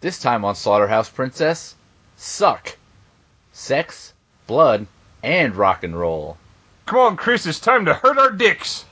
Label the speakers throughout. Speaker 1: This time on Slaughterhouse Princess Suck! Sex, blood, and rock and roll.
Speaker 2: Come on, Chris, it's time to hurt our dicks!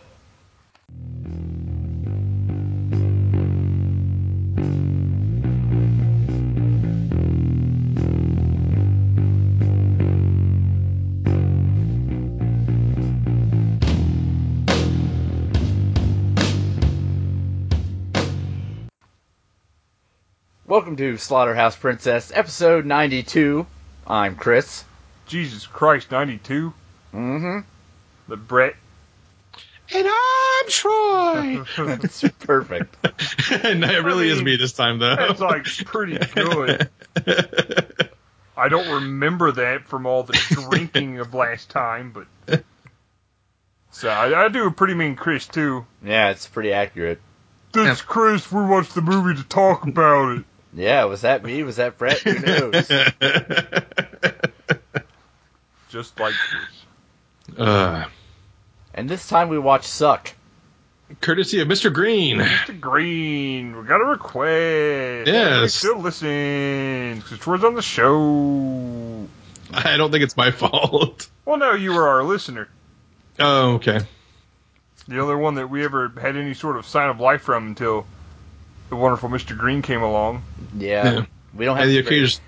Speaker 1: Welcome to Slaughterhouse Princess, episode 92. I'm Chris.
Speaker 2: Jesus Christ, 92? Mm-hmm.
Speaker 1: Mm
Speaker 2: The Brett.
Speaker 3: And I'm Troy.
Speaker 1: hmm. Perfect.
Speaker 3: no, it really is me this time, though.
Speaker 2: That's like pretty good. I don't remember that from all the drinking of last time, but. So I, I do a pretty mean Chris, too.
Speaker 1: Yeah, it's pretty accurate.
Speaker 2: This Chris, we watched the movie to talk about it.
Speaker 1: Yeah, was that me? Was that Brett? Who knows?
Speaker 2: Just like Chris.
Speaker 3: uh,
Speaker 1: and this time we watch Suck.
Speaker 3: courtesy of Mr. Green.
Speaker 2: Mr. Green, we got a request. Everybody
Speaker 3: Yes.
Speaker 2: Still listen, because Troy's on the show.
Speaker 3: I don't think it's my fault.
Speaker 2: Well, no, you were our listener.
Speaker 3: Oh, okay.
Speaker 2: The only one that we ever had any sort of sign of life from until the wonderful Mr. Green came along.
Speaker 1: Yeah.
Speaker 3: Yeah.
Speaker 1: We don't have
Speaker 3: And the
Speaker 1: to grade.
Speaker 3: occasion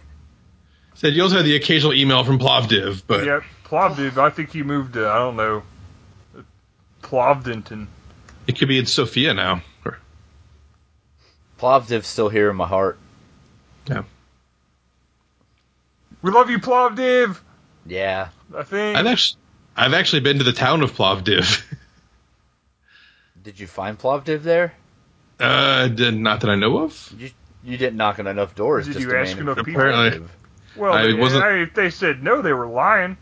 Speaker 3: said you also had the occasional email from Plovdiv, but
Speaker 2: Yep, Plovdiv. I think he moved to I don't know, Plovdenton.
Speaker 3: it could be in Sofia now. Or-
Speaker 1: Plovdiv's still here in my heart.
Speaker 2: We love you, Plovdiv.
Speaker 1: Yeah.
Speaker 2: I think.
Speaker 3: I've actually, I've actually been to the town of Plovdiv.
Speaker 1: Did you find Plovdiv there?
Speaker 3: Uh, d- not that I know of.
Speaker 1: You didn't knock on enough doors.
Speaker 2: Did
Speaker 1: just
Speaker 2: you
Speaker 1: to
Speaker 2: ask
Speaker 1: name
Speaker 2: enough
Speaker 1: it
Speaker 2: people?
Speaker 1: Plovdiv.
Speaker 2: well,
Speaker 3: I
Speaker 2: they-
Speaker 3: wasn't-
Speaker 2: I- if they said no, they were lying.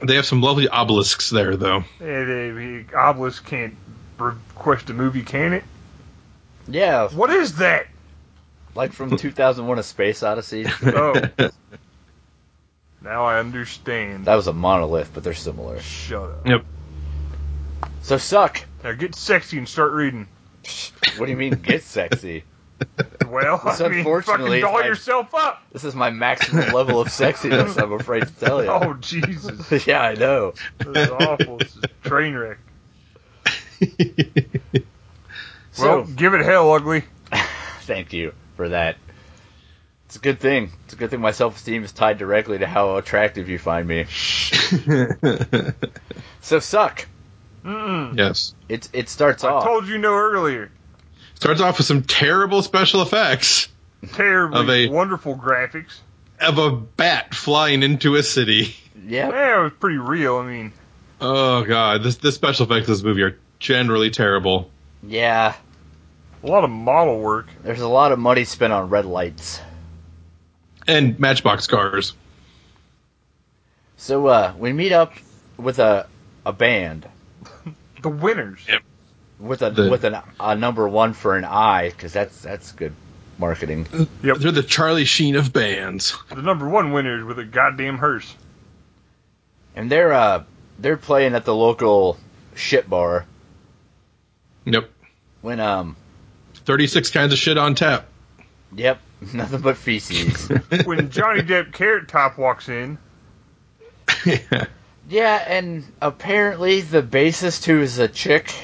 Speaker 3: They have some lovely obelisks there, though.
Speaker 2: Eh, they- the obelisk can't request a movie, can it?
Speaker 1: Yeah,
Speaker 2: What is that?
Speaker 1: like from 2001: A Space Odyssey.
Speaker 2: Oh, now I understand.
Speaker 1: That was a monolith, but they're similar.
Speaker 2: Shut up.
Speaker 1: So suck.
Speaker 2: Now get sexy and start reading.
Speaker 1: What do you mean get sexy?
Speaker 2: Well,
Speaker 1: It's
Speaker 2: I mean,
Speaker 1: unfortunately-
Speaker 2: fucking doll
Speaker 1: I-
Speaker 2: yourself up.
Speaker 1: This is my maximum level of sexiness. I'm afraid to tell you.
Speaker 2: Oh Jesus,
Speaker 1: yeah, I know.
Speaker 2: this is awful. This is a train wreck.
Speaker 1: So
Speaker 2: well, give it hell, ugly.
Speaker 1: thank you for that. It's a good thing. It's a good thing my self-esteem is tied directly to how attractive you find me. So suck.
Speaker 2: Mm-mm.
Speaker 3: yes.
Speaker 1: It it starts
Speaker 2: I
Speaker 1: off.
Speaker 2: told you no earlier.
Speaker 3: Starts off with some terrible special effects.
Speaker 2: Terribly
Speaker 3: Of a-
Speaker 2: wonderful graphics.
Speaker 3: of a bat flying into a city.
Speaker 1: yeah.
Speaker 2: Yeah, it was pretty real. I mean,
Speaker 3: Oh god, this the special effects of this movie are generally terrible.
Speaker 1: Yeah.
Speaker 2: a lot of model work.
Speaker 1: There's a lot of money spent on red lights.
Speaker 3: And matchbox cars.
Speaker 1: So uh, we meet up with a a band
Speaker 2: The winners.
Speaker 3: Yep.
Speaker 1: with a
Speaker 3: The-
Speaker 1: with an, a number one for an eye because that's that's good marketing.
Speaker 2: Yep.
Speaker 3: They're the Charlie Sheen of bands.
Speaker 2: The number one winners with a goddamn hearse.
Speaker 1: And they're uh they're playing at the local shit bar
Speaker 3: Yep.
Speaker 1: when um
Speaker 3: Thirty six kinds of shit on tap.
Speaker 1: yep nothing but feces.
Speaker 2: When Johnny Depp Carrot Top walks in,
Speaker 1: yeah, and apparently the bassist who is a chick.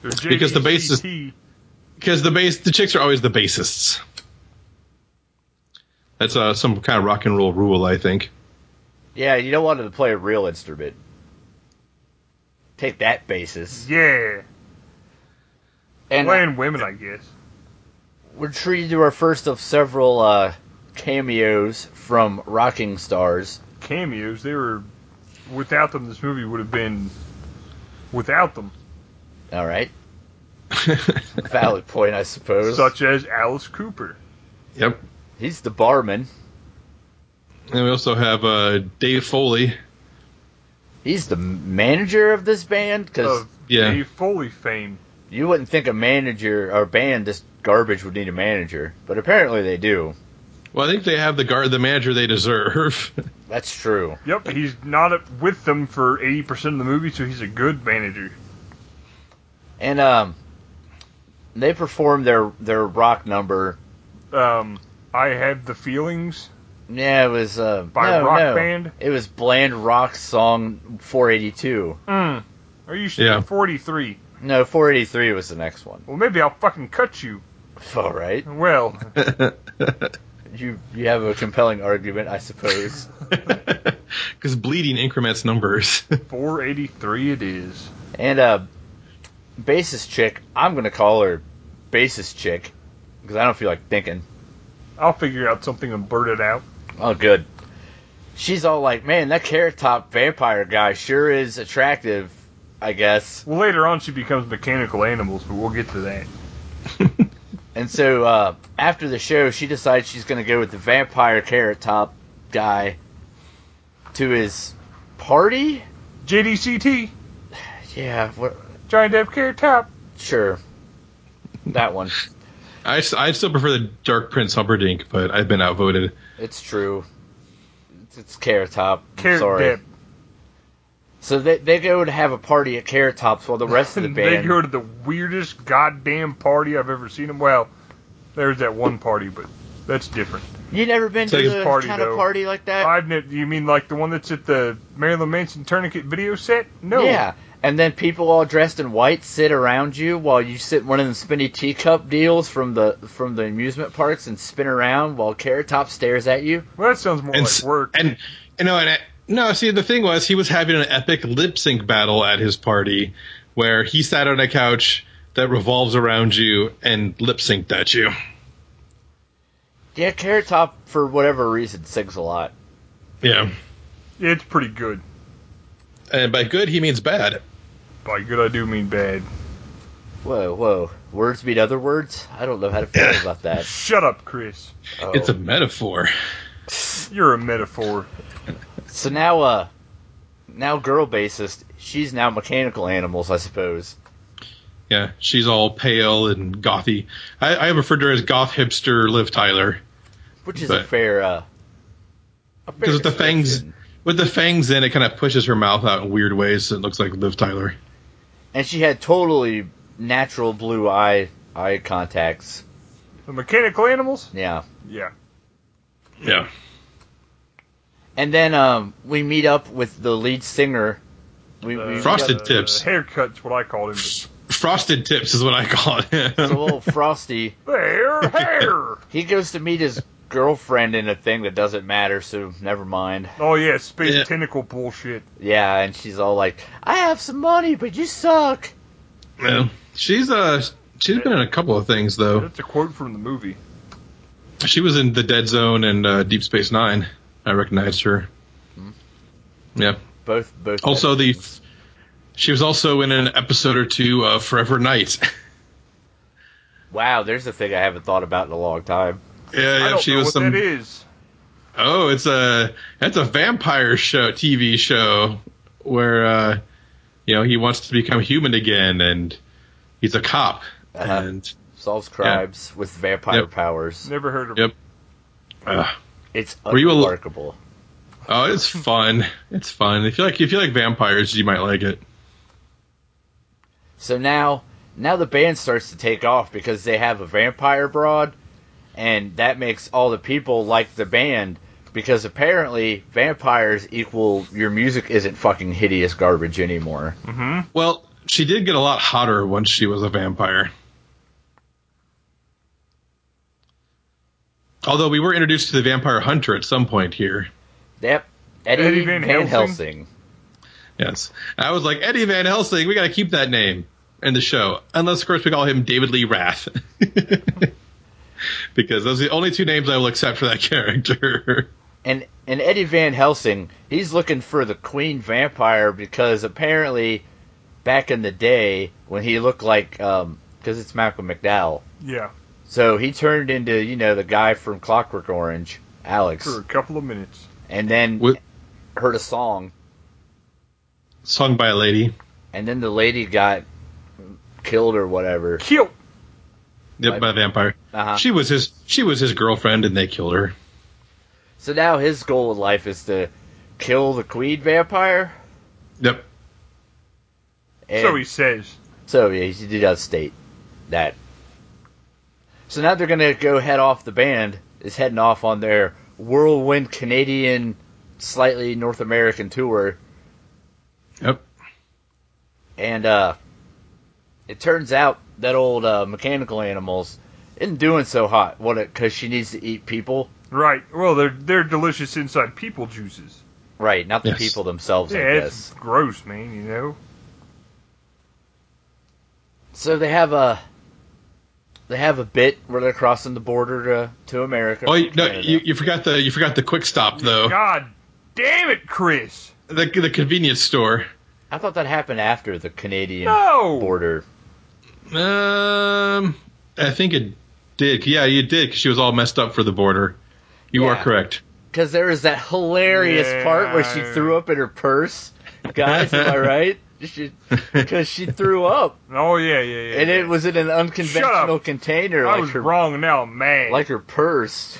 Speaker 2: there's
Speaker 3: Because the bass is-
Speaker 2: JDCT.
Speaker 3: Because the bass the chicks are always the bassists. That's uh, some kind of rock and roll rule, I think.
Speaker 1: Yeah, you don't want her to play a real instrument. Take that bassist.
Speaker 2: Yeah,
Speaker 1: And uh,
Speaker 2: playing women, I guess.
Speaker 1: we're treated to our first of several uh, cameos from rocking stars.
Speaker 2: Cameos. They were. Without them, this movie would have been. Without them,
Speaker 1: All right, valid point, I suppose.
Speaker 2: such as Alice Cooper.
Speaker 3: yep.
Speaker 1: He's the barman.
Speaker 3: And we also have uh, Dave Foley.
Speaker 1: He's the manager of this band because
Speaker 2: Of
Speaker 3: Yeah.
Speaker 2: Dave Foley fame.
Speaker 1: you wouldn't think a manager or band this garbage would need a manager, but apparently they do.
Speaker 3: Well, I think they have the guard, the manager they deserve.
Speaker 1: That's true.
Speaker 2: Yep, he's not up with them for 80% of the movie, so he's a good manager.
Speaker 1: And um, they perform their their rock number
Speaker 2: um, I Have the Feelings
Speaker 1: Yeah, it was uh,
Speaker 2: by
Speaker 1: no,
Speaker 2: Rock
Speaker 1: no.
Speaker 2: Band.
Speaker 1: It was bland rock song 482.
Speaker 2: Mm. Are you sure?
Speaker 3: Yeah.
Speaker 2: 43.
Speaker 1: No, 483 was the next one.
Speaker 2: Well, maybe I'll fucking cut you.
Speaker 1: All right,
Speaker 2: Well,
Speaker 1: you you have a compelling argument, I suppose.
Speaker 3: Because bleeding increments numbers.
Speaker 2: 483 it is.
Speaker 1: and uh, bassist chick, I'm gonna call her bassist chick because I don't feel like thinking.
Speaker 2: I'll figure out something and blurt it out.
Speaker 1: Oh, good. She's all like, "Man, that carrot top vampire guy sure is attractive." I guess.
Speaker 2: Well, later on she becomes mechanical animals, but we'll get to that.
Speaker 1: And so uh, after the show, she decides she's going to go with the vampire carrot top guy to his party.
Speaker 2: JDCT,
Speaker 1: Yeah, what,
Speaker 2: Giant Dev Care Top.
Speaker 1: sure, that one.
Speaker 3: I, s- I still prefer the Dark Prince Humperdinck, but I've been outvoted.
Speaker 1: It's true. It's, it's carrot top. I'm
Speaker 2: Carrot
Speaker 1: Sorry.
Speaker 2: Dip.
Speaker 1: So they they go to have a party at Carrot Tops while the rest of the
Speaker 2: they
Speaker 1: band.
Speaker 2: go to the weirdest goddamn party I've ever seen them. Well, there's that one party, but that's different.
Speaker 1: you never been to
Speaker 3: Take a
Speaker 1: the
Speaker 2: party,
Speaker 1: kind of
Speaker 2: though.
Speaker 1: party like that?
Speaker 2: I've ne- you mean like the one that's at the Marilyn Manson tourniquet video set? No.
Speaker 1: Yeah, and then people all dressed in white sit around you while you sit in one of them spinny teacup deals from the from the amusement parks and spin around while Carrot Top stares at you.
Speaker 2: Well, that sounds more
Speaker 3: And,
Speaker 2: like
Speaker 3: s-
Speaker 2: work.
Speaker 3: and you know, and I, no, see, the thing was, he was having an epic lip sync battle at his party, where he sat on a couch that revolves around you and lip synced at you.
Speaker 1: Yeah, Carrot Top for whatever reason sings a lot.
Speaker 3: Yeah,
Speaker 2: It's pretty good.
Speaker 3: and by good he means bad.
Speaker 2: By good, I do mean bad.
Speaker 1: Whoa, whoa! Words mean other words. I don't know how to feel about that.
Speaker 2: Shut up, Chris.
Speaker 1: Oh.
Speaker 3: It's a metaphor.
Speaker 2: You're a metaphor.
Speaker 1: so now, uh, now girl bassist. She's now mechanical animals, I suppose.
Speaker 3: Yeah, she's all pale and gothy. I, I referred to her as goth hipster Liv Tyler.
Speaker 1: Which is a
Speaker 3: But-
Speaker 1: fair, uh, a fair
Speaker 3: 'Cause with the fangs-
Speaker 1: description.
Speaker 3: With the fangs in, it kind of pushes her mouth out in weird ways, so it looks like Liv Tyler.
Speaker 1: and she had totally natural blue eye eye contacts.
Speaker 2: The mechanical animals?
Speaker 1: Yeah,
Speaker 2: Yeah.
Speaker 3: Yeah.
Speaker 1: and then um, we meet up with the lead singer. We, we meet
Speaker 3: Frosted
Speaker 1: up-
Speaker 3: tips.
Speaker 2: Haircut's what I called him.
Speaker 3: Frosted tips is what I call it.
Speaker 1: it's a little frosty.
Speaker 2: but Their hair!
Speaker 1: He goes to meet his girlfriend in a thing that doesn't matter, so never mind.
Speaker 2: Oh, yeah, space
Speaker 3: Yeah.
Speaker 2: tentacle bullshit.
Speaker 1: Yeah, and she's all like, "I have some money, but you suck."
Speaker 3: Yeah. She's uh she's been in a couple of things though.
Speaker 2: That's a quote from the movie.
Speaker 3: She was in The Dead Zone and uh, Deep Space Nine. I recognized her. Yeah.
Speaker 1: Both, both.
Speaker 3: Also the
Speaker 1: things.
Speaker 3: she was also in an episode or two of Forever Night.
Speaker 1: wow, there's a thing I haven't thought about in a long time.
Speaker 3: yeah,
Speaker 2: I
Speaker 3: yeah,
Speaker 2: don't
Speaker 3: she
Speaker 2: know
Speaker 3: was
Speaker 2: what
Speaker 3: some
Speaker 2: that is.
Speaker 3: Oh, it's a that's a vampire show TV show where uh you know, he wants to become human again and he's a cop.
Speaker 1: Uh-huh.
Speaker 3: And
Speaker 1: Solves crimes with vampire
Speaker 3: Uh, Yep.
Speaker 1: powers.
Speaker 2: Never heard of
Speaker 3: Yep. uh,
Speaker 1: It's
Speaker 3: Were you a-
Speaker 1: remarkable.
Speaker 3: Oh, it's fun. It's fun. If you like if you like vampires, you might like it.
Speaker 1: So now, now the band starts to take off because they have a vampire broad, and that makes all the people like the band because apparently vampires equal your music isn't fucking hideous garbage anymore.
Speaker 2: Mm-hmm.
Speaker 3: Well, she did get a lot hotter once she was a vampire. Although we were introduced to the vampire hunter at some point here.
Speaker 1: Yep, Eddie,
Speaker 2: Eddie
Speaker 1: Van,
Speaker 2: Van
Speaker 1: Helsing.
Speaker 2: Helsing?
Speaker 3: Yes. I was like, Eddie Van Helsing, we got to keep that name in the show. Unless, of course, we call him David Lee Rath. because those are the only two names I will accept for that character.
Speaker 1: and and Eddie Van Helsing, he's looking for the queen vampire because apparently, back in the day when he looked like, because it's Malcolm McDowell,
Speaker 2: Yeah,
Speaker 1: so he turned into you know the guy from Clockwork Orange, Alex.
Speaker 2: for a couple of minutes.
Speaker 1: and then
Speaker 3: With-
Speaker 1: heard a song,
Speaker 3: Sung by a lady.
Speaker 1: and then the lady got killed or whatever.
Speaker 2: Cute.
Speaker 3: Yep,
Speaker 1: Right.
Speaker 3: by a vampire.
Speaker 1: Uh-huh.
Speaker 3: She was his she was his girlfriend and they killed her.
Speaker 1: so now his goal in life is to kill the queen vampire.
Speaker 3: Yep.
Speaker 1: And
Speaker 2: So he says.
Speaker 1: so yeah, he did not state that. So now they're going to go head off. The band is heading off on their whirlwind Canadian, slightly North American tour.
Speaker 3: Yep.
Speaker 1: And uh, it turns out that old uh, mechanical animals isn't doing so hot. What? Because she needs to eat people.
Speaker 2: Right. Well, they're they're delicious inside people juices.
Speaker 1: Right, not the
Speaker 3: Yes.
Speaker 1: people themselves,
Speaker 2: Yeah,
Speaker 1: I
Speaker 2: it's
Speaker 1: guess.
Speaker 2: gross, man. You know.
Speaker 1: So they have a they have a bit where they're crossing the border to, to America.
Speaker 3: Oh
Speaker 1: from
Speaker 3: you- no,
Speaker 1: Canada.
Speaker 3: you, you forgot the you forgot the quick stop though.
Speaker 2: God damn it, Chris.
Speaker 3: The, the convenience store.
Speaker 1: I thought that happened after the Canadian
Speaker 2: No.
Speaker 1: border.
Speaker 3: Um, I think it did. Yeah, you did. 'cause she was all messed up for the border. You are
Speaker 1: Yeah.
Speaker 3: correct.
Speaker 1: Because there was that hilarious
Speaker 2: Yeah.
Speaker 1: part where she threw up in her purse. Guys, am I right? Because she, threw up,
Speaker 2: Oh yeah, yeah, yeah.
Speaker 1: and
Speaker 2: yeah.
Speaker 1: it was in an
Speaker 2: Shut
Speaker 1: unconventional
Speaker 2: up.
Speaker 1: container,
Speaker 2: I
Speaker 1: like
Speaker 2: was
Speaker 1: her
Speaker 2: wrong. Now, I'm mad.
Speaker 1: like her purse.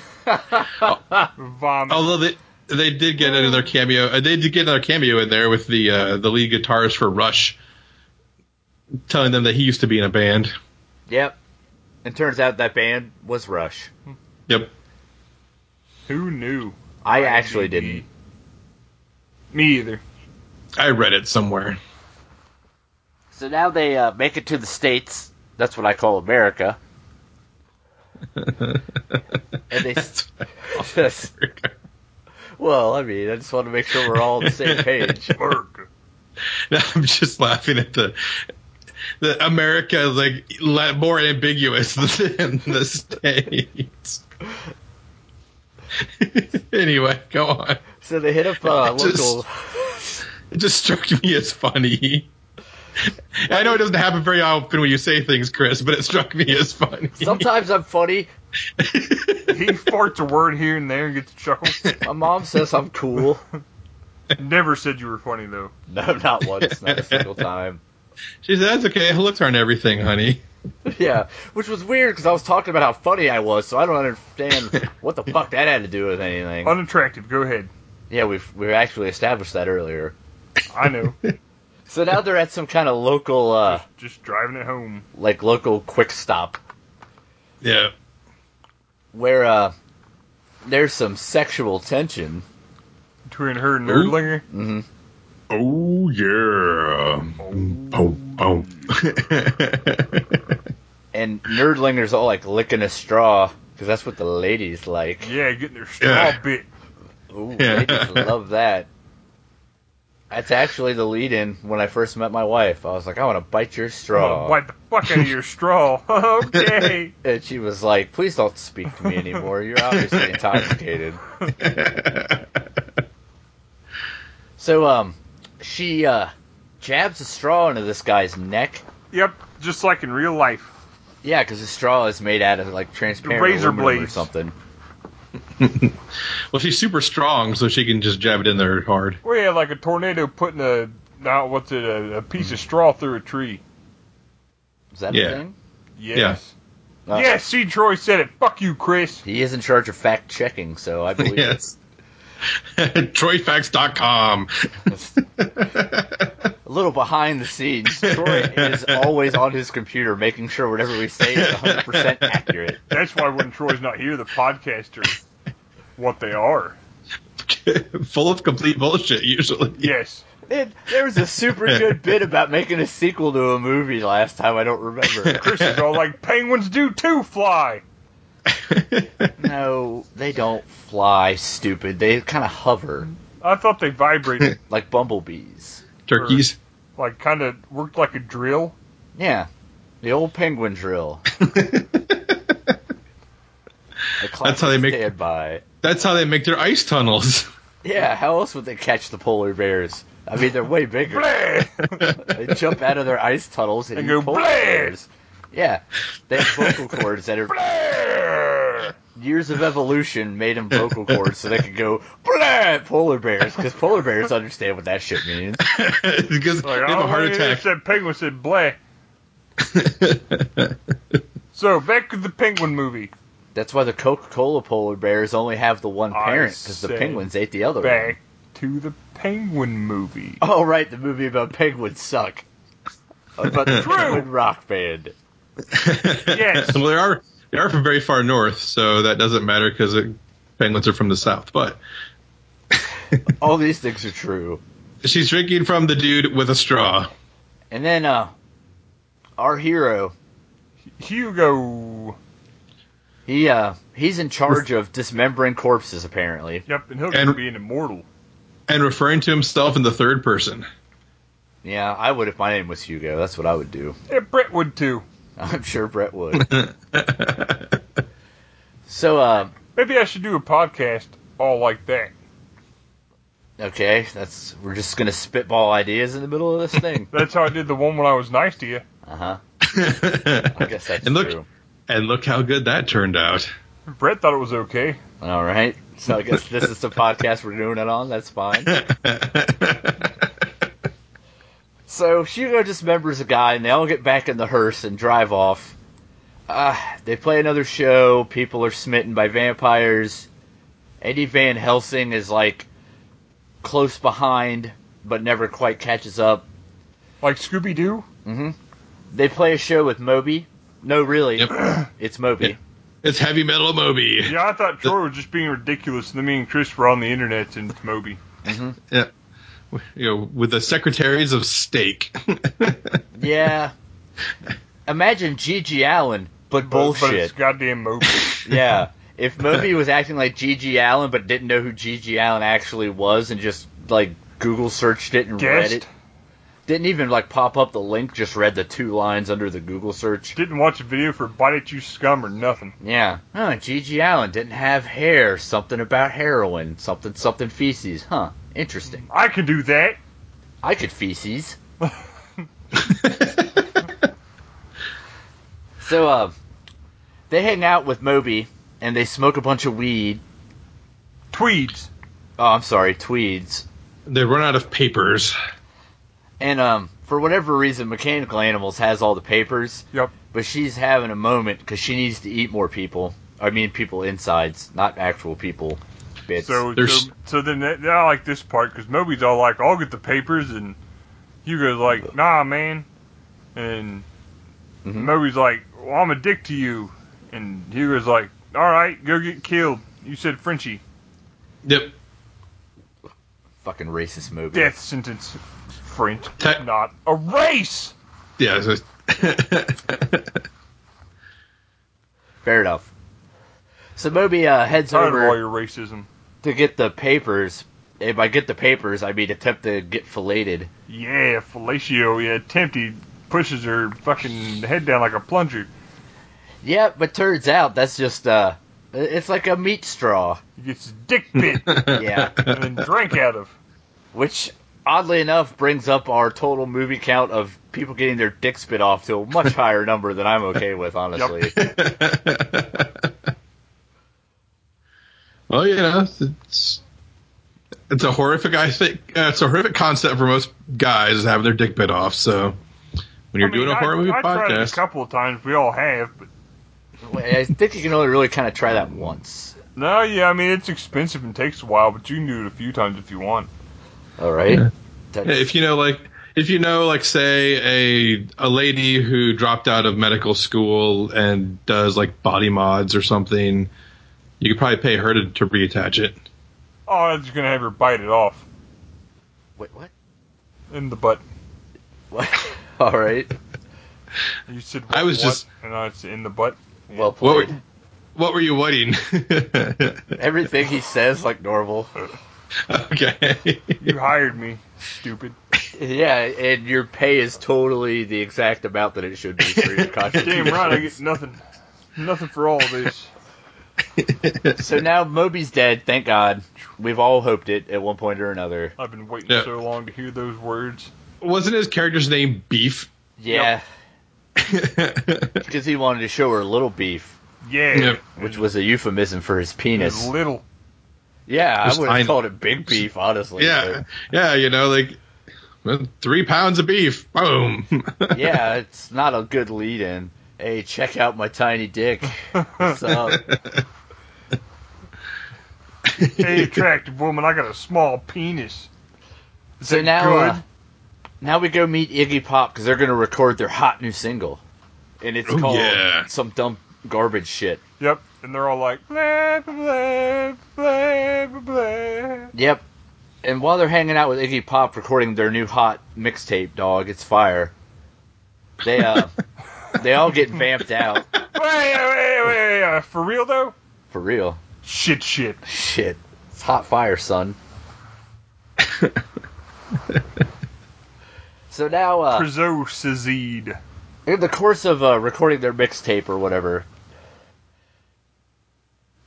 Speaker 2: vomit.
Speaker 3: Although they they did get another cameo. Uh, they did get another cameo in there with the uh, the lead guitarist for Rush, telling them that he used to be in a band.
Speaker 1: yep. And turns out that band was Rush.
Speaker 3: Yep.
Speaker 2: Who knew?
Speaker 1: I actually didn't.
Speaker 2: Me either.
Speaker 3: I read it somewhere.
Speaker 1: So now they uh, make it to the states. That's what I call America. and they
Speaker 3: That's
Speaker 1: just, well, I mean, I just want to make sure we're all on the same page.
Speaker 2: Burger.
Speaker 3: No, I'm just laughing at the the America is like le- more ambiguous than the states. anyway, go on.
Speaker 1: So they hit up uh,
Speaker 3: Just-
Speaker 1: local.
Speaker 3: It just struck me as funny. I know it doesn't happen very often when you say things, Chris, but it struck me as funny.
Speaker 1: Sometimes I'm funny.
Speaker 2: He farts a word here and there and gets a chuckle.
Speaker 1: My mom says I'm cool.
Speaker 2: Never said you were funny though.
Speaker 1: No, not once, not a single time.
Speaker 3: She says, "That's okay. Looks aren't everything, honey."
Speaker 1: Yeah, which was weird because I was talking about how funny I was, so I don't understand what the fuck that had to do with anything.
Speaker 2: Unattractive. Go ahead.
Speaker 1: Yeah, we've we actually established that earlier.
Speaker 2: I know.
Speaker 1: So now they're at some kind of local, uh,
Speaker 2: Just driving it home.
Speaker 1: like local quick stop
Speaker 3: Yeah.
Speaker 1: where uh, there's some sexual tension.
Speaker 2: Between her and Nerdlinger.
Speaker 1: hmm
Speaker 3: Oh yeah. Oh oh.
Speaker 1: And nerdlingers all like licking a straw because that's what the ladies like.
Speaker 2: Yeah, getting their straw
Speaker 3: Yeah.
Speaker 2: bit.
Speaker 1: Ooh,
Speaker 3: Yeah.
Speaker 1: ladies love that. That's actually the lead-in when I first met my wife. I was like, I want to bite your
Speaker 2: I'm
Speaker 1: straw,
Speaker 2: gonna wipe the fuck out of your straw. okay.
Speaker 1: and she was like, Please don't speak to me anymore. You're obviously intoxicated.
Speaker 3: oh.
Speaker 1: So um, she uh, jabs a straw into this guy's neck.
Speaker 2: Yep. Just like in real life.
Speaker 1: Yeah, because the straw is made out of like transparent
Speaker 2: Razor
Speaker 1: aluminum or
Speaker 2: blades.
Speaker 1: something.
Speaker 3: well, she's super strong, so she can just jab it in there hard.
Speaker 2: Well, yeah, like a tornado putting a not what's it a, a piece of straw through a tree.
Speaker 1: Is that
Speaker 3: Yeah.
Speaker 1: a thing?
Speaker 2: Yes.
Speaker 1: Uh,
Speaker 2: yes. See, Troy said it. Fuck you, Chris.
Speaker 1: He is in charge of fact checking, so I believe it.
Speaker 3: yes. TroyFacts.com.
Speaker 1: a little behind the scenes. Troy is always on his computer making sure whatever we say is 100% accurate.
Speaker 2: That's why when Troy's not here, the podcasts are what they are.
Speaker 3: Full of complete bullshit, usually.
Speaker 2: Yes.
Speaker 1: It, there was a super good bit about making a sequel to a movie last time. I don't remember.
Speaker 2: Chris is all like, penguins do too fly.
Speaker 1: No, they don't fly, stupid. They kind of hover
Speaker 2: I thought they vibrated,
Speaker 1: like bumblebees.
Speaker 3: Turkeys.
Speaker 2: like kind of worked like a drill.
Speaker 1: Yeah, the old penguin drill.
Speaker 3: That's how they make-
Speaker 1: stand by.
Speaker 3: That's how they make their ice tunnels.
Speaker 1: Yeah, how else would they catch the polar bears? I mean, they're way bigger.
Speaker 2: Blah!
Speaker 1: They jump out of their ice tunnels and,
Speaker 2: And
Speaker 1: eat
Speaker 2: go,
Speaker 1: polar
Speaker 2: "Bleh!"
Speaker 1: bears. Yeah, they have vocal cords that are
Speaker 2: Blah!
Speaker 1: years of evolution made them vocal cords so they could go "Bleh!" at polar bears because polar bears understand what that shit means.
Speaker 3: because
Speaker 2: Like,
Speaker 3: they have
Speaker 2: oh,
Speaker 3: a heart
Speaker 2: wait,
Speaker 3: attack.
Speaker 2: it Said penguin said blah. so back to the penguin movie.
Speaker 1: That's why the Coca-Cola polar bears only have the one
Speaker 2: I
Speaker 1: parent because the
Speaker 2: say
Speaker 1: penguins ate the other one.
Speaker 2: Back to the penguin movie.
Speaker 1: Oh right, the movie about penguins suck. About the
Speaker 2: True.
Speaker 1: penguin rock band.
Speaker 2: Yes.
Speaker 3: well, there are They are from very far north, so that doesn't matter because penguins are from the south. But
Speaker 1: All these things are true.
Speaker 3: she's drinking from the dude with a straw.
Speaker 1: And then uh, our hero,
Speaker 2: Hugo.
Speaker 1: he uh, he's in charge of dismembering corpses apparently.
Speaker 2: Yep, and he'll
Speaker 3: And-
Speaker 2: be an immortal.
Speaker 3: And referring to himself in the third person.
Speaker 1: Yeah, I would if my name was Hugo. That's what I would do.
Speaker 2: Yeah, Brett would too.
Speaker 1: I'm sure Brett would. so, uh,
Speaker 2: Maybe I should do a podcast all like that.
Speaker 1: okay, that's we're just gonna spitball ideas in the middle of this thing.
Speaker 2: That's how I did the one when I was nice to you.
Speaker 1: Uh huh. I
Speaker 3: and
Speaker 1: guess that's
Speaker 3: look
Speaker 1: true.
Speaker 3: and look how good that turned out.
Speaker 2: Brett thought it was okay.
Speaker 1: All right. So I guess this is the podcast we're doing it on. That's fine. So Hugo dismembers a guy, and they all get back in the hearse and drive off. Uh, they play another show. People are smitten by vampires. Eddie Van Helsing is like close behind, but never quite catches up.
Speaker 2: Like Scooby Doo?
Speaker 1: They play a show with Moby. No, really,
Speaker 3: Yep.
Speaker 1: it's Moby.
Speaker 3: Yep. it's heavy metal Moby.
Speaker 2: Yeah, I thought Troy was just being ridiculous, and then me and Chris were on the internet and it's Moby.
Speaker 3: You know, with the secretaries of steak.
Speaker 1: Yeah. Imagine Gigi Allen, but
Speaker 2: But it's
Speaker 1: bullshit.
Speaker 2: goddamn Moby.
Speaker 1: yeah. If Moby was acting like Gigi Allen, but didn't know who Gigi Allen actually was, and just like Google searched it and read it,
Speaker 2: Guest?
Speaker 1: didn't even like pop up the link, just read the two lines under the Google search.
Speaker 2: Didn't watch a video for Bite at You Scum or nothing.
Speaker 1: Yeah. Huh, Gigi Allen didn't have hair. Something about heroin. Something, something feces. Huh. Interesting.
Speaker 2: I can do that.
Speaker 1: I could feces. So, uh, they hang out with Moby and they smoke a bunch of weed.
Speaker 2: Tweeds.
Speaker 1: Oh, I'm sorry, tweeds.
Speaker 3: they run out of papers.
Speaker 1: And um, for whatever reason, Mechanical Animals has all the papers.
Speaker 2: Yep.
Speaker 1: But she's having a moment because she needs to eat more people. I mean, people insides, not actual people. Bits.
Speaker 2: So,
Speaker 3: There's-
Speaker 2: so, so then that, I like this part because Moby's all like, "I'll get the papers," and Hugo's like, "Nah, man," and
Speaker 1: Mhm.
Speaker 2: Moby's like, well, "I'm a dick to you," and Hugo's like, "All right, go get killed." You said Frenchie.
Speaker 3: Yep.
Speaker 1: Fucking racist movie.
Speaker 2: Death sentence. French,
Speaker 3: Te-
Speaker 2: not a race.
Speaker 3: Yeah. So
Speaker 1: Fair enough. So Moby uh, heads
Speaker 2: Tired of all
Speaker 1: over
Speaker 2: your racism.
Speaker 1: to get the papers. And by get the papers, I mean attempt to get filleted.
Speaker 2: Yeah, fellatio. Yeah, tempted pushes her fucking head down like a plunger.
Speaker 1: Yeah, but turns out that's just uh, it's like a meat straw.
Speaker 2: He gets his dick bit
Speaker 1: Yeah.
Speaker 2: and then drank out of.
Speaker 1: which oddly enough brings up our total movie count of people getting their dick spit off to a much higher number than I'm okay with, honestly.
Speaker 3: well, you know, it's it's a horrific. I think uh, it's a horrific concept for most guys having their dick bit off. So when you're
Speaker 2: I mean,
Speaker 3: doing a horror
Speaker 2: I,
Speaker 3: movie
Speaker 2: I tried it a
Speaker 3: podcast,
Speaker 2: couple of times. We all have, but
Speaker 1: I think you can only really kind of try that once.
Speaker 2: no, yeah. I mean, it's expensive and takes a while, but you can do it a few times if you want.
Speaker 1: All right.
Speaker 3: Yeah.
Speaker 1: That's-
Speaker 3: Yeah, if you know like if you know like say a a lady who dropped out of medical school and does like body mods or something you could probably pay her to, to reattach it
Speaker 2: Oh, I'm just gonna have her bite it off
Speaker 1: Wait, what?
Speaker 2: in the butt.
Speaker 1: What? All right.
Speaker 2: You said
Speaker 3: I was
Speaker 2: what?
Speaker 3: just-
Speaker 2: and I said in the butt.
Speaker 1: Well played.
Speaker 3: what were, what were you waiting
Speaker 1: Everything he says like normal.
Speaker 3: okay
Speaker 2: You hired me, stupid.
Speaker 1: Yeah, and your pay is totally the exact amount that it should be for your
Speaker 2: Damn
Speaker 1: contribution.
Speaker 2: right, I get nothing, nothing for all of this.
Speaker 1: So now Moby's dead, thank God. We've all hoped it at one point or another.
Speaker 2: I've been waiting
Speaker 3: Yeah.
Speaker 2: so long to hear those words.
Speaker 3: wasn't his character's name beef
Speaker 1: Yeah,
Speaker 3: yep.
Speaker 1: because he wanted to show her little beef,
Speaker 2: Yeah,
Speaker 3: Yep.
Speaker 1: which was a euphemism for his penis.
Speaker 2: little.
Speaker 1: Yeah,
Speaker 3: Just
Speaker 1: I would
Speaker 3: tiny.
Speaker 1: have called it big beef, honestly.
Speaker 3: yeah yeah you know like well, three pounds of beef boom
Speaker 1: but yeah, it's not a good lead in. Hey, check out my tiny dick. What's up?
Speaker 2: Hey, attractive woman, I got a small penis.
Speaker 1: so
Speaker 2: that
Speaker 1: now, uh,
Speaker 2: good?
Speaker 1: now we go meet Iggy Pop because they're going to record their hot new single, and it's
Speaker 3: Oh,
Speaker 1: called
Speaker 3: yeah.
Speaker 1: some dumb garbage shit.
Speaker 2: Yep. And they're all like, blah, blah, blah, blah, blah.
Speaker 1: Yep. And while they're hanging out with Iggy Pop recording their new hot mixtape, dog, it's fire. They uh, they all get vamped out
Speaker 2: Wait, wait, wait, wait. uh, For real, though?
Speaker 1: for real.
Speaker 2: Shit, shit.
Speaker 1: Shit, it's hot fire, son. so now, uh,
Speaker 2: Prizocizid.
Speaker 1: in the course of uh, recording their mixtape or whatever,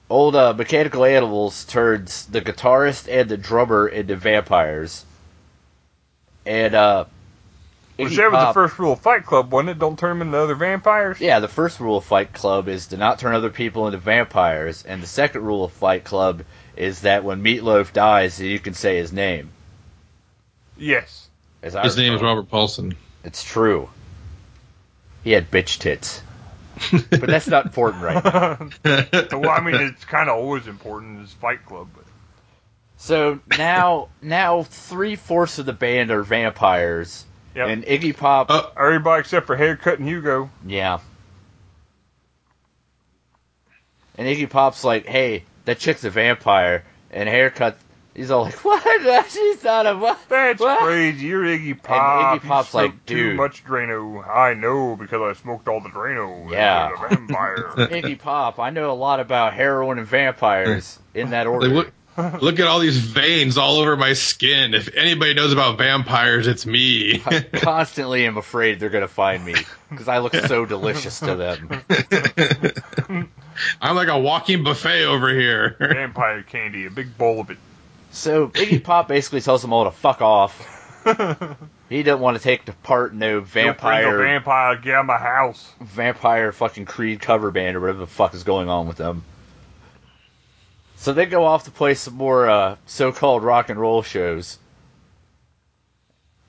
Speaker 1: old uh, Mechanical Animals turns the guitarist and the drummer into vampires. And uh,
Speaker 2: Which
Speaker 1: Iggy
Speaker 2: that was the
Speaker 1: Pop-
Speaker 2: first rule of Fight Club, wasn't it? Don't turn them into other vampires.
Speaker 1: Yeah, the first rule of Fight Club is to not turn other people into vampires, and the second rule of Fight Club is that when Meatloaf dies, you can say his name.
Speaker 2: Yes.
Speaker 1: As I
Speaker 3: His name is
Speaker 1: recall.
Speaker 3: Robert Paulson.
Speaker 1: It's true. He had bitch tits. But that's not important right now.
Speaker 2: well, I mean, it's kind of always important is Fight Club. But
Speaker 1: So now now three fourths of the band are vampires.
Speaker 2: Yep.
Speaker 1: And Iggy Pop
Speaker 3: Uh,
Speaker 2: everybody except for Haircut and Hugo.
Speaker 1: Yeah. And Iggy Pop's like, hey, that chick's a vampire and haircut he's all like, What? She's not a what?
Speaker 2: That's
Speaker 1: what?
Speaker 2: crazy. You're Iggy Pop.
Speaker 1: Iggy Pop's
Speaker 2: you smoked
Speaker 1: like,
Speaker 2: too
Speaker 1: "Dude."
Speaker 2: much Drano. I know because I smoked all the Drano.
Speaker 1: Yeah.
Speaker 2: That's a vampire.
Speaker 1: Iggy Pop, I know a lot about heroin and vampires in that order.
Speaker 3: Like, look, look at all these veins all over my skin. If anybody knows about vampires, it's me.
Speaker 1: I constantly am afraid they're going to find me because I look so delicious to them.
Speaker 3: I'm like a walking buffet over here.
Speaker 2: vampire candy, a big bowl of it.
Speaker 1: So Iggy Pop basically tells them all to fuck off. He doesn't want to take the part in no
Speaker 2: Don't bring no
Speaker 1: vampire,
Speaker 2: vampire. Get out of my house.
Speaker 1: vampire fucking Creed cover band or whatever the fuck is going on with them. So they go off to play some more uh, so-called rock and roll shows,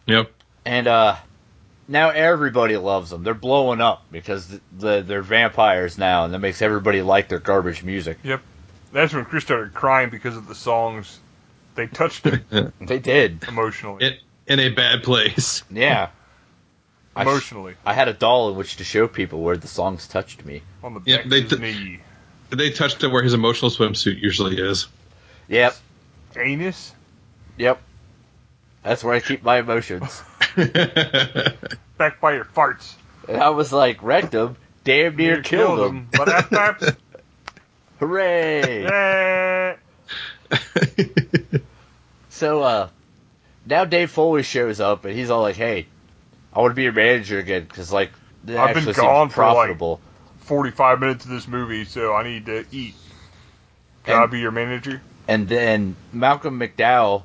Speaker 3: Yep.
Speaker 1: and uh, now everybody loves them. They're blowing up because the, the, they're vampires now, and that makes everybody like their garbage music.
Speaker 2: That's when Chris started crying because of the songs. They touched him
Speaker 1: They did.
Speaker 2: emotionally.
Speaker 3: It, in a bad place.
Speaker 1: Yeah. I,
Speaker 2: emotionally.
Speaker 1: I had a doll in which to show people where the songs touched me.
Speaker 2: On the back
Speaker 3: Yeah, they
Speaker 2: of his
Speaker 3: t-
Speaker 2: knee.
Speaker 3: They touched it where his emotional swimsuit usually is.
Speaker 1: Yep.
Speaker 2: Anus?
Speaker 1: Yep. That's where I keep my emotions.
Speaker 2: Back by your farts.
Speaker 1: and I was like, rectum, damn near killed him.
Speaker 2: But after
Speaker 1: Hooray!
Speaker 2: that,
Speaker 1: so, uh, now Dave Foley shows up and he's all like, hey, I want to be your manager again because, like, that
Speaker 2: I've been
Speaker 1: actually
Speaker 2: gone
Speaker 1: seems
Speaker 2: for, like,
Speaker 1: profitable.
Speaker 2: 45 minutes of this movie, so I need to eat. Can I
Speaker 1: And-
Speaker 2: be your manager?
Speaker 1: And then Malcolm McDowell,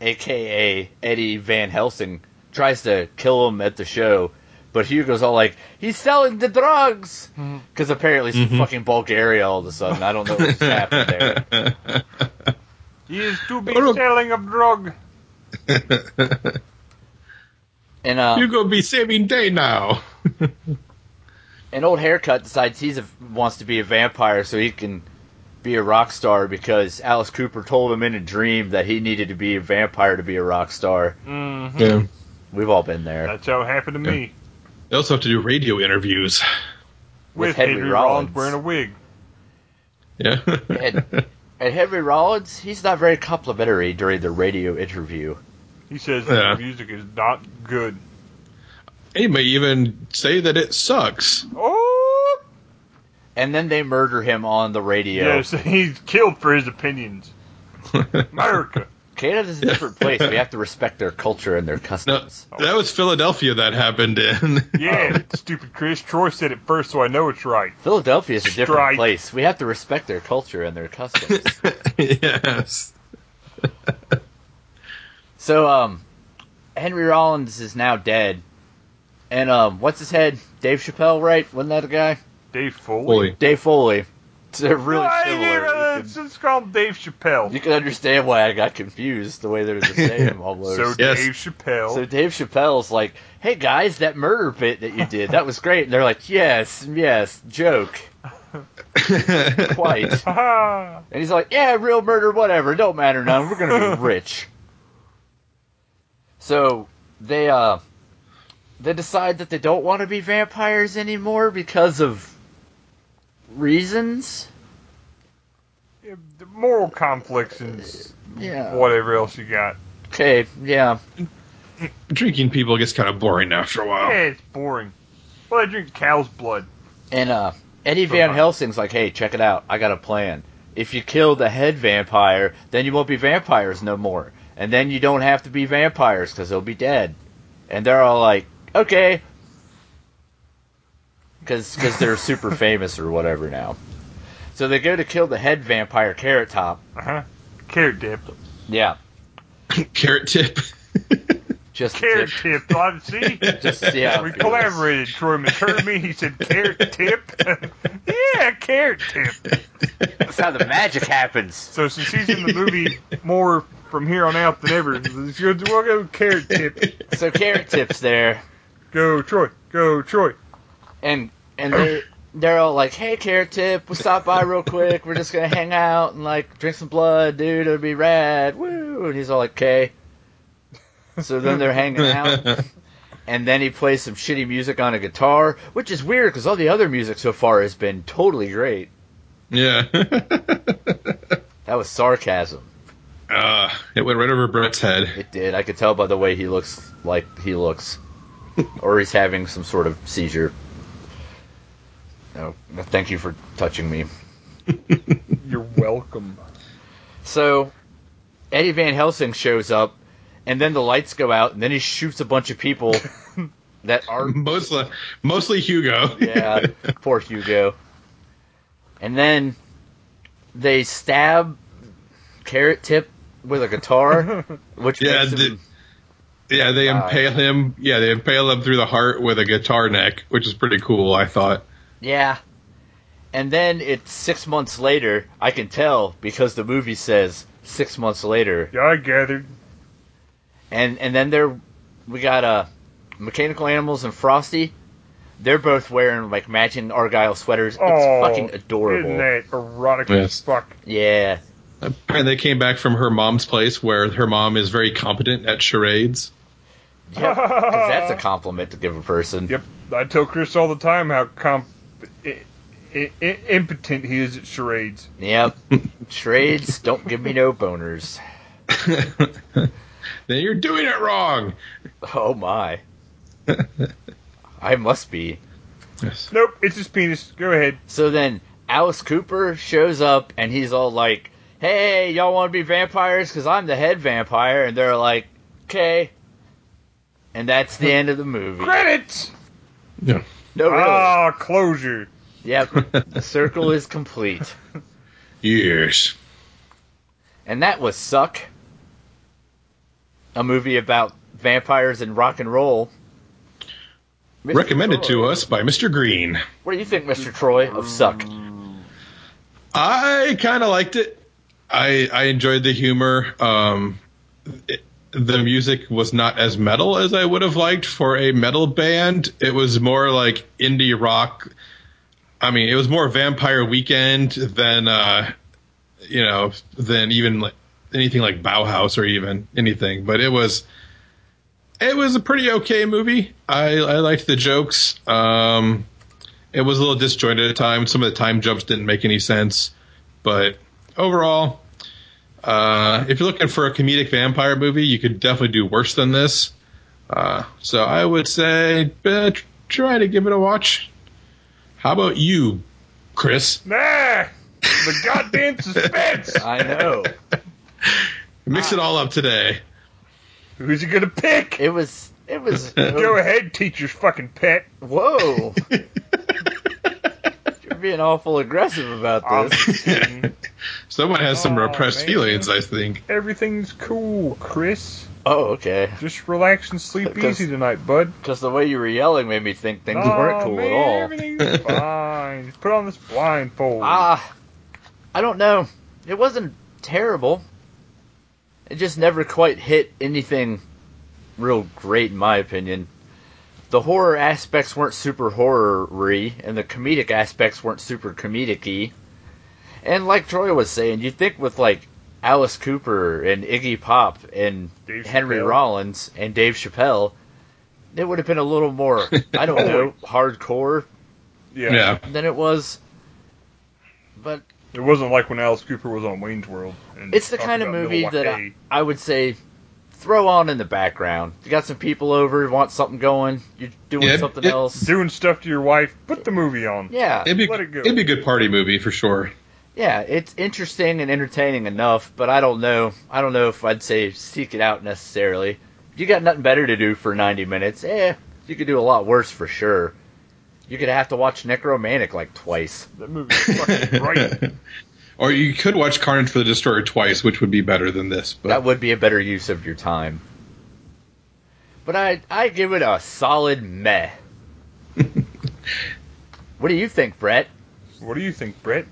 Speaker 1: aka Eddie Van Helsing, tries to kill him at the show, but Hugo's all like, "He's selling the drugs," because apparently it's fucking Bulgaria all of a sudden. I don't know what's happened there.
Speaker 2: He is too big
Speaker 3: Oh, look.
Speaker 2: selling of drug.
Speaker 1: And uh,
Speaker 3: you gonna be saving day now.
Speaker 1: an old haircut decides he's a, wants to be a vampire so he can be a rock star because Alice Cooper told him in a dream that he needed to be a vampire to be a rock star.
Speaker 2: Mm,
Speaker 3: Yeah.
Speaker 1: We've all been there.
Speaker 2: that's how it happened to me.
Speaker 3: They also have to do radio interviews.
Speaker 1: With
Speaker 2: With,
Speaker 1: Henry
Speaker 2: Henry, Rollins
Speaker 1: Rollins.
Speaker 2: wearing a wig.
Speaker 3: Yeah.
Speaker 1: And, and Henry Rollins, he's not very complimentary during the radio interview.
Speaker 2: He says
Speaker 3: Yeah.
Speaker 2: the music is not good.
Speaker 3: He may even say that it sucks.
Speaker 2: Oh!
Speaker 1: And then they murder him on the radio.
Speaker 2: Yes, he's killed for his opinions. America.
Speaker 1: Canada's a different place. We have to respect their culture and their
Speaker 3: No,
Speaker 1: customs.
Speaker 3: that was Philadelphia that happened in.
Speaker 2: Yeah, stupid Chris. Troy said it first, so I know it's right.
Speaker 1: Philadelphia's a different
Speaker 2: Strike.
Speaker 1: place. We have to respect their culture and their customs.
Speaker 3: yes.
Speaker 1: so, um, Henry Rollins is now dead. And, um, what's his head? Dave Chappelle, right? Wasn't that the guy?
Speaker 2: Dave Foley.
Speaker 3: Holy.
Speaker 1: Dave Foley. They're really
Speaker 2: Why,
Speaker 1: similar.
Speaker 2: yeah,
Speaker 1: You
Speaker 2: it's,
Speaker 1: can,
Speaker 2: it's called Dave Chappelle.
Speaker 1: you can understand why I got confused the way they're the same almost.
Speaker 2: So
Speaker 3: Yes.
Speaker 2: Dave Chappelle.
Speaker 1: So Dave Chappelle's like, "Hey guys, that murder bit that you did, that was great." And they're like, "Yes, yes, joke, quite."
Speaker 2: Haha.
Speaker 1: And he's like, "Yeah, real murder, whatever, don't matter none. We're gonna be rich." So they uh, they decide that they don't want to be vampires anymore because of reasons.
Speaker 2: Yeah, the moral conflicts and s-
Speaker 1: Yeah.
Speaker 2: whatever else you got.
Speaker 1: Okay, yeah.
Speaker 3: Drinking people gets kind of boring after a while.
Speaker 2: Yeah, it's boring. Well, I drink cow's blood.
Speaker 1: And uh, Eddie
Speaker 2: For
Speaker 1: Van
Speaker 2: fun.
Speaker 1: Helsing's like, hey, check it out. I got a plan. If you kill the head vampire, then you won't be vampires no more. And then you don't have to be vampires because they'll be dead. And they're all like, okay. Because they're super famous or whatever now. So they go to kill the head vampire, Carrot Top.
Speaker 2: Uh huh. Carrot dip.
Speaker 1: Yeah.
Speaker 3: Carrot tip.
Speaker 1: Just
Speaker 2: Carrot tip. Oh, see?
Speaker 1: Just, yeah.
Speaker 2: We collaborated. Troy returned me. He said, carrot tip? yeah, carrot tip.
Speaker 1: That's how the magic happens.
Speaker 2: So since he's in the movie more from here on out than ever, let's go- we'll go carrot tip.
Speaker 1: So Carrot Tip's there.
Speaker 2: Go Troy. Go Troy.
Speaker 1: and and they they're all like, "Hey, Carrot Tip, we stop by real quick. We're just gonna hang out and like drink some blood, dude. It'll be rad." Woo! And he's all like, "Okay." So then they're hanging out, and then he plays some shitty music on a guitar, which is weird because all the other music so far has been totally great.
Speaker 3: yeah.
Speaker 1: That was sarcasm.
Speaker 3: uh, it went right over Brett's head.
Speaker 1: It did. I could tell by the way he looks like he looks. or he's having some sort of seizure. Oh, thank you for touching me.
Speaker 2: You're welcome.
Speaker 1: So Eddie Van Helsing shows up, and then the lights go out, and then he shoots a bunch of people that are
Speaker 3: Mostly, mostly Hugo.
Speaker 1: yeah, poor Hugo. And then they stab Carrot Tip with a guitar, which
Speaker 3: Yeah,
Speaker 1: makes him,
Speaker 3: yeah, they
Speaker 1: Uh,
Speaker 3: impale him. Yeah, they impale him through the heart with a guitar neck, which is pretty cool. I thought.
Speaker 1: yeah. And then it's six months later. I can tell because the movie says six months later,
Speaker 2: Yeah, I gathered.
Speaker 1: and and then there we got uh mechanical animals and frosty they're both wearing like matching argyle sweaters it's
Speaker 2: Oh,
Speaker 1: fucking adorable
Speaker 2: Isn't that erotic
Speaker 3: Yes.
Speaker 2: as fuck?
Speaker 1: yeah
Speaker 3: Apparently, they came back from her mom's place, where her mom is very competent at charades.
Speaker 1: Yep, 'cause that's a compliment to give a person
Speaker 2: Yep. I tell Chris all the time how comp- I- I- I- impotent he is at charades.
Speaker 1: yep trades don't give me no boners
Speaker 3: then you're doing it wrong.
Speaker 1: oh my i must be
Speaker 3: Yes.
Speaker 2: Nope, it's his penis. Go ahead.
Speaker 1: so then alice cooper shows up and he's all like hey y'all want to be vampires because i'm the head vampire and they're like okay and that's the end of the movie
Speaker 2: Credits!
Speaker 3: Yeah.
Speaker 1: No, Oh, really.
Speaker 2: Ah, closure.
Speaker 1: Yep. The circle is complete.
Speaker 3: Yes.
Speaker 1: And that was Suck, a movie about vampires and rock and roll. Mr.
Speaker 3: Recommended
Speaker 1: Troy,
Speaker 3: to us by Mr. Green.
Speaker 1: What do you think, Mr. Troy, of Suck?
Speaker 3: I kind of liked it. I I enjoyed the humor. Um, it- the music was not as metal as I would have liked for a metal band. It was more like indie rock. I mean, it was more Vampire Weekend than uh, you know than even like anything like Bauhaus or even anything. But it was it was a pretty okay movie. I I liked the jokes. Um, it was a little disjointed at times. Some of the time jumps didn't make any sense, but overall, uh, if you're looking for a comedic vampire movie, you could definitely do worse than this. Uh, so I would say uh, tr- try to give it a watch. How about you, Chris?
Speaker 2: Nah! The goddamn suspense!
Speaker 1: I know.
Speaker 3: Mix it all up today.
Speaker 2: Who's he gonna pick?
Speaker 1: It was. It was. uh,
Speaker 2: Go ahead, teacher's fucking pet.
Speaker 1: Whoa. You're being awful aggressive about this.
Speaker 2: Obviously.
Speaker 3: Someone has some
Speaker 2: Mm-hmm. Oh,
Speaker 3: repressed
Speaker 2: man.
Speaker 3: feelings, I think.
Speaker 2: Everything's cool, Chris.
Speaker 1: Oh, okay.
Speaker 2: Just relax and sleep
Speaker 1: Because-
Speaker 2: easy tonight, bud.
Speaker 1: Because the way you were yelling made me think things
Speaker 2: Aw,
Speaker 1: weren't cool
Speaker 2: Oh, man,
Speaker 1: at all.
Speaker 2: Everything's fine. Just put on this blindfold.
Speaker 1: Ah, I don't know. It wasn't terrible. It just never quite hit anything real great, in my opinion. The horror aspects weren't super horror-y, and the comedic aspects weren't super comedic-y. And like Troy was saying, you'd think with like Alice Cooper and Iggy Pop and
Speaker 2: Dave
Speaker 1: Henry
Speaker 2: Chappelle.
Speaker 1: Rollins and Dave Chappelle, it would have been a little more, I don't know, hardcore
Speaker 2: Yeah.
Speaker 3: Yeah.
Speaker 1: than it was. but
Speaker 2: It wasn't like when Alice Cooper was on Wayne's World. And
Speaker 1: it's the
Speaker 2: talked
Speaker 1: kind of
Speaker 2: about
Speaker 1: movie that I,
Speaker 2: Milwaukee.
Speaker 1: I would say throw on in the background. You got some people over, want something going, you're doing
Speaker 3: Yeah,
Speaker 1: something
Speaker 3: it-
Speaker 1: else.
Speaker 2: doing stuff to your wife. Put the movie on.
Speaker 1: yeah,
Speaker 3: It'd be,
Speaker 2: Let it go.
Speaker 3: it'd be a good party movie for sure.
Speaker 1: yeah, it's interesting and entertaining enough, but I don't know. I don't know if I'd say seek it out necessarily. If you got nothing better to do for 90 minutes, eh, you could do a lot worse for sure. You could have to watch Necromantic like twice.
Speaker 2: That movie is fucking great.
Speaker 3: or you could watch Carnage for the Destroyer twice, which would be better than this. But
Speaker 1: That would be a better use of your time. But I I give it a solid meh. what do you think, Brett?
Speaker 2: What do you think, Brett?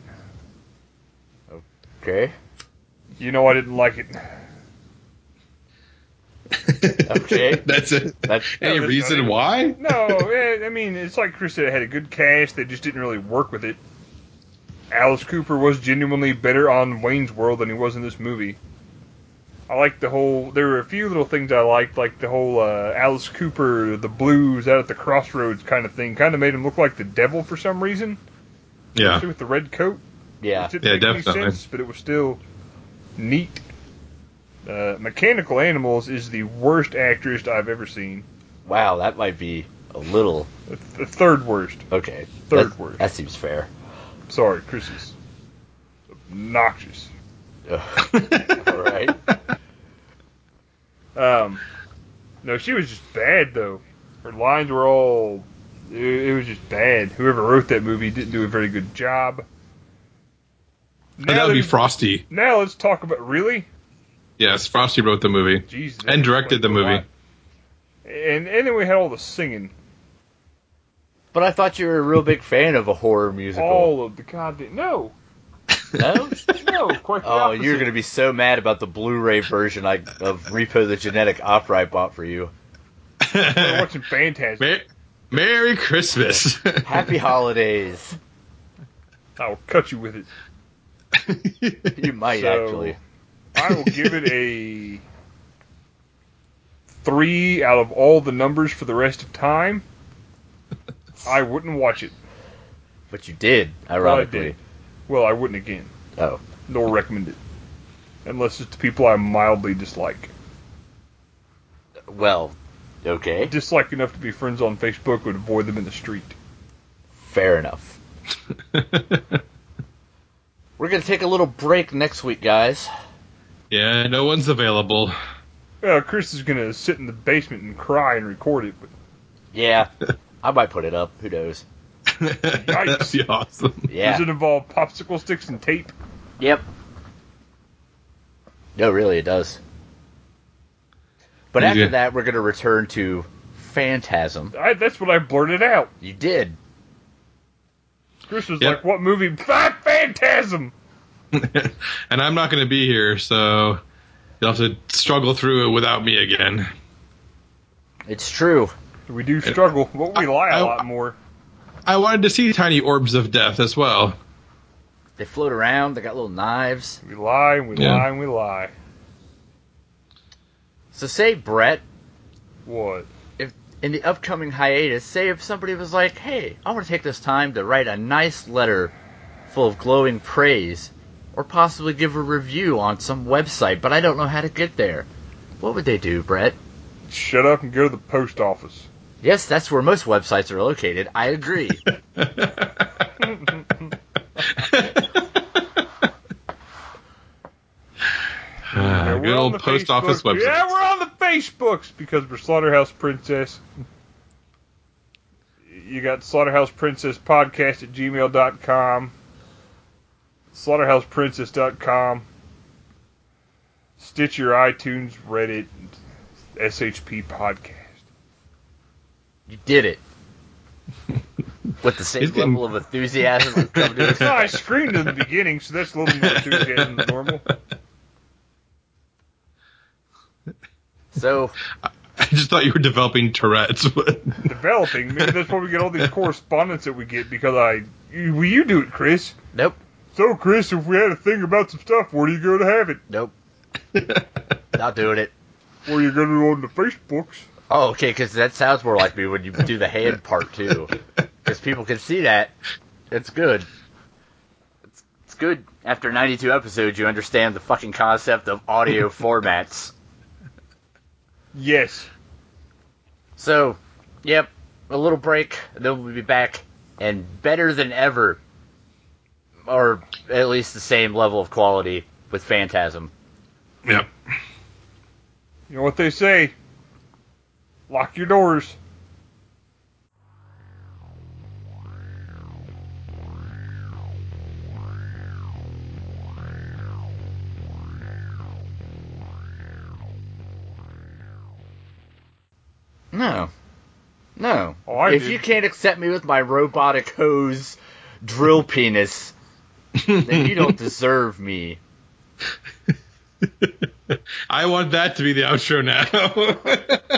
Speaker 1: Okay.
Speaker 2: You know I didn't like it.
Speaker 1: Okay.
Speaker 3: that's it.
Speaker 1: That's-
Speaker 3: Any
Speaker 2: No,
Speaker 3: reason
Speaker 2: no.
Speaker 3: why?
Speaker 2: No, eh, I mean it's like Chris said. It had a good cast. They just didn't really work with it. Alice Cooper was genuinely better on Wayne's World than he was in this movie. I liked the whole. There were a few little things I liked, like the whole uh, Alice Cooper, the blues out at the crossroads kind of thing. Kind of made him look like the devil for some reason,
Speaker 3: Yeah.
Speaker 2: especially with the red coat.
Speaker 1: Yeah.
Speaker 2: It didn't
Speaker 3: Yeah,
Speaker 2: make any
Speaker 3: definitely.
Speaker 2: sense, but it was still neat. Uh, Mechanical Animals is the worst actress I've ever seen.
Speaker 1: Wow, that might be a little
Speaker 2: The the third worst.
Speaker 1: okay.
Speaker 2: Third
Speaker 1: that,
Speaker 2: worst.
Speaker 1: That seems fair.
Speaker 2: Sorry, Chris is obnoxious.
Speaker 1: Ugh. All right.
Speaker 2: Um, no, she was just bad though. Her lines were all. It, it was just bad. Whoever wrote that movie didn't do a very good job.
Speaker 3: And that
Speaker 2: Now,
Speaker 3: would be
Speaker 2: let's-
Speaker 3: Frosty.
Speaker 2: now let's talk about really.
Speaker 3: Yes, Frosty wrote the movie.
Speaker 2: Jesus.
Speaker 3: And directed the movie.
Speaker 2: And and then we had all the singing,
Speaker 1: But I thought you were a real big fan of a horror musical.
Speaker 2: all of the goddamn. No,
Speaker 1: No?
Speaker 2: no, quite the
Speaker 1: Oh,
Speaker 2: opposite.
Speaker 1: you're gonna be so mad about the Blu-ray version I, of Repo the Genetic Opera I bought for you.
Speaker 2: We're watching Phantasm.
Speaker 3: Mer- Merry Christmas.
Speaker 1: Happy holidays.
Speaker 2: I'll cut you with it.
Speaker 1: You might
Speaker 2: So-
Speaker 1: actually.
Speaker 2: I will give it a three out of all the numbers for the rest of time. I wouldn't watch it.
Speaker 1: But you did,
Speaker 2: Well, I
Speaker 1: ironically.
Speaker 2: did. Well, I wouldn't again,
Speaker 1: Oh.
Speaker 2: nor recommend it, unless it's to people I mildly dislike.
Speaker 1: Well, okay.
Speaker 2: Dislike enough to be friends on Facebook would avoid them in the street.
Speaker 1: Fair enough. We're gonna take a little break next week, guys.
Speaker 3: yeah, no one's available.
Speaker 2: Well, Uh, Chris is gonna sit in the basement and cry and record it. But
Speaker 1: Yeah. I might put it up. Who knows?
Speaker 3: That'd be awesome.
Speaker 1: Yeah.
Speaker 2: Does it involve popsicle sticks and tape?
Speaker 1: Yep. No, really, it does. But
Speaker 3: Yeah.
Speaker 1: after that, we're going to return to Phantasm.
Speaker 2: I, that's what I blurted out.
Speaker 1: You did.
Speaker 2: Chris was
Speaker 3: Yep.
Speaker 2: like, "What movie? Fat Phantasm."
Speaker 3: and I'm not going to be here, so you'll have to struggle through it without me again.
Speaker 1: It's true.
Speaker 2: We do struggle, but we lie
Speaker 3: I-
Speaker 2: a
Speaker 3: I-
Speaker 2: lot more.
Speaker 3: I wanted to see Tiny Orbs of Death as well.
Speaker 1: They float around. They got little knives.
Speaker 2: We lie and we
Speaker 3: Yeah.
Speaker 2: lie and we lie.
Speaker 1: So say Brett
Speaker 2: What?
Speaker 1: in the upcoming hiatus. Say if somebody was like, "Hey, I want to take this time to write a nice letter full of glowing praise, or possibly give a review on some website, but I don't know how to get there." What would they do, Brett?
Speaker 2: Shut up and go to the post office.
Speaker 1: Yes, that's where most websites are located. I agree.
Speaker 3: Ah,
Speaker 2: Yeah,
Speaker 3: good
Speaker 2: we're on
Speaker 3: old
Speaker 2: the
Speaker 3: post office
Speaker 2: Facebook-
Speaker 3: website.
Speaker 2: Yeah, we're on the Facebooks because we're Slaughterhouse Princess. You got Slaughterhouse Princess Podcast at gmail.com, slaughterhouseprincess.com, Stitcher, iTunes, Reddit, SHP Podcast.
Speaker 1: You did it. With the same
Speaker 3: He's getting-
Speaker 1: level of enthusiasm I've come to
Speaker 2: No, I
Speaker 1: expect.
Speaker 2: screamed in the beginning, so that's a little more enthusiasm than normal.
Speaker 1: So,
Speaker 3: I just thought you were developing Tourette's, but
Speaker 2: developing. Maybe that's why we get all these correspondence that we get because I. You, well, you do it, Chris.
Speaker 1: nope,
Speaker 2: So, Chris, if we had a thing about some stuff, where do you go to have it?
Speaker 1: nope. Not doing it.
Speaker 2: Where you go to on the Facebooks?
Speaker 1: Oh, okay, because that sounds more like me when you do the hand part, too. Because people can see that. It's good. It's good after 92 episodes you understand the fucking concept of audio formats.
Speaker 2: Yes.
Speaker 1: So, yep, a little break, then we'll be back and better than ever or at least the same level of quality with Phantasm.
Speaker 3: Yep.
Speaker 2: You know what they say? Lock your doors.
Speaker 1: No. No.
Speaker 2: Oh, I
Speaker 1: if
Speaker 2: did.
Speaker 1: you can't accept me with my robotic hose drill penis, then you don't deserve me.
Speaker 3: I want that to be the outro now.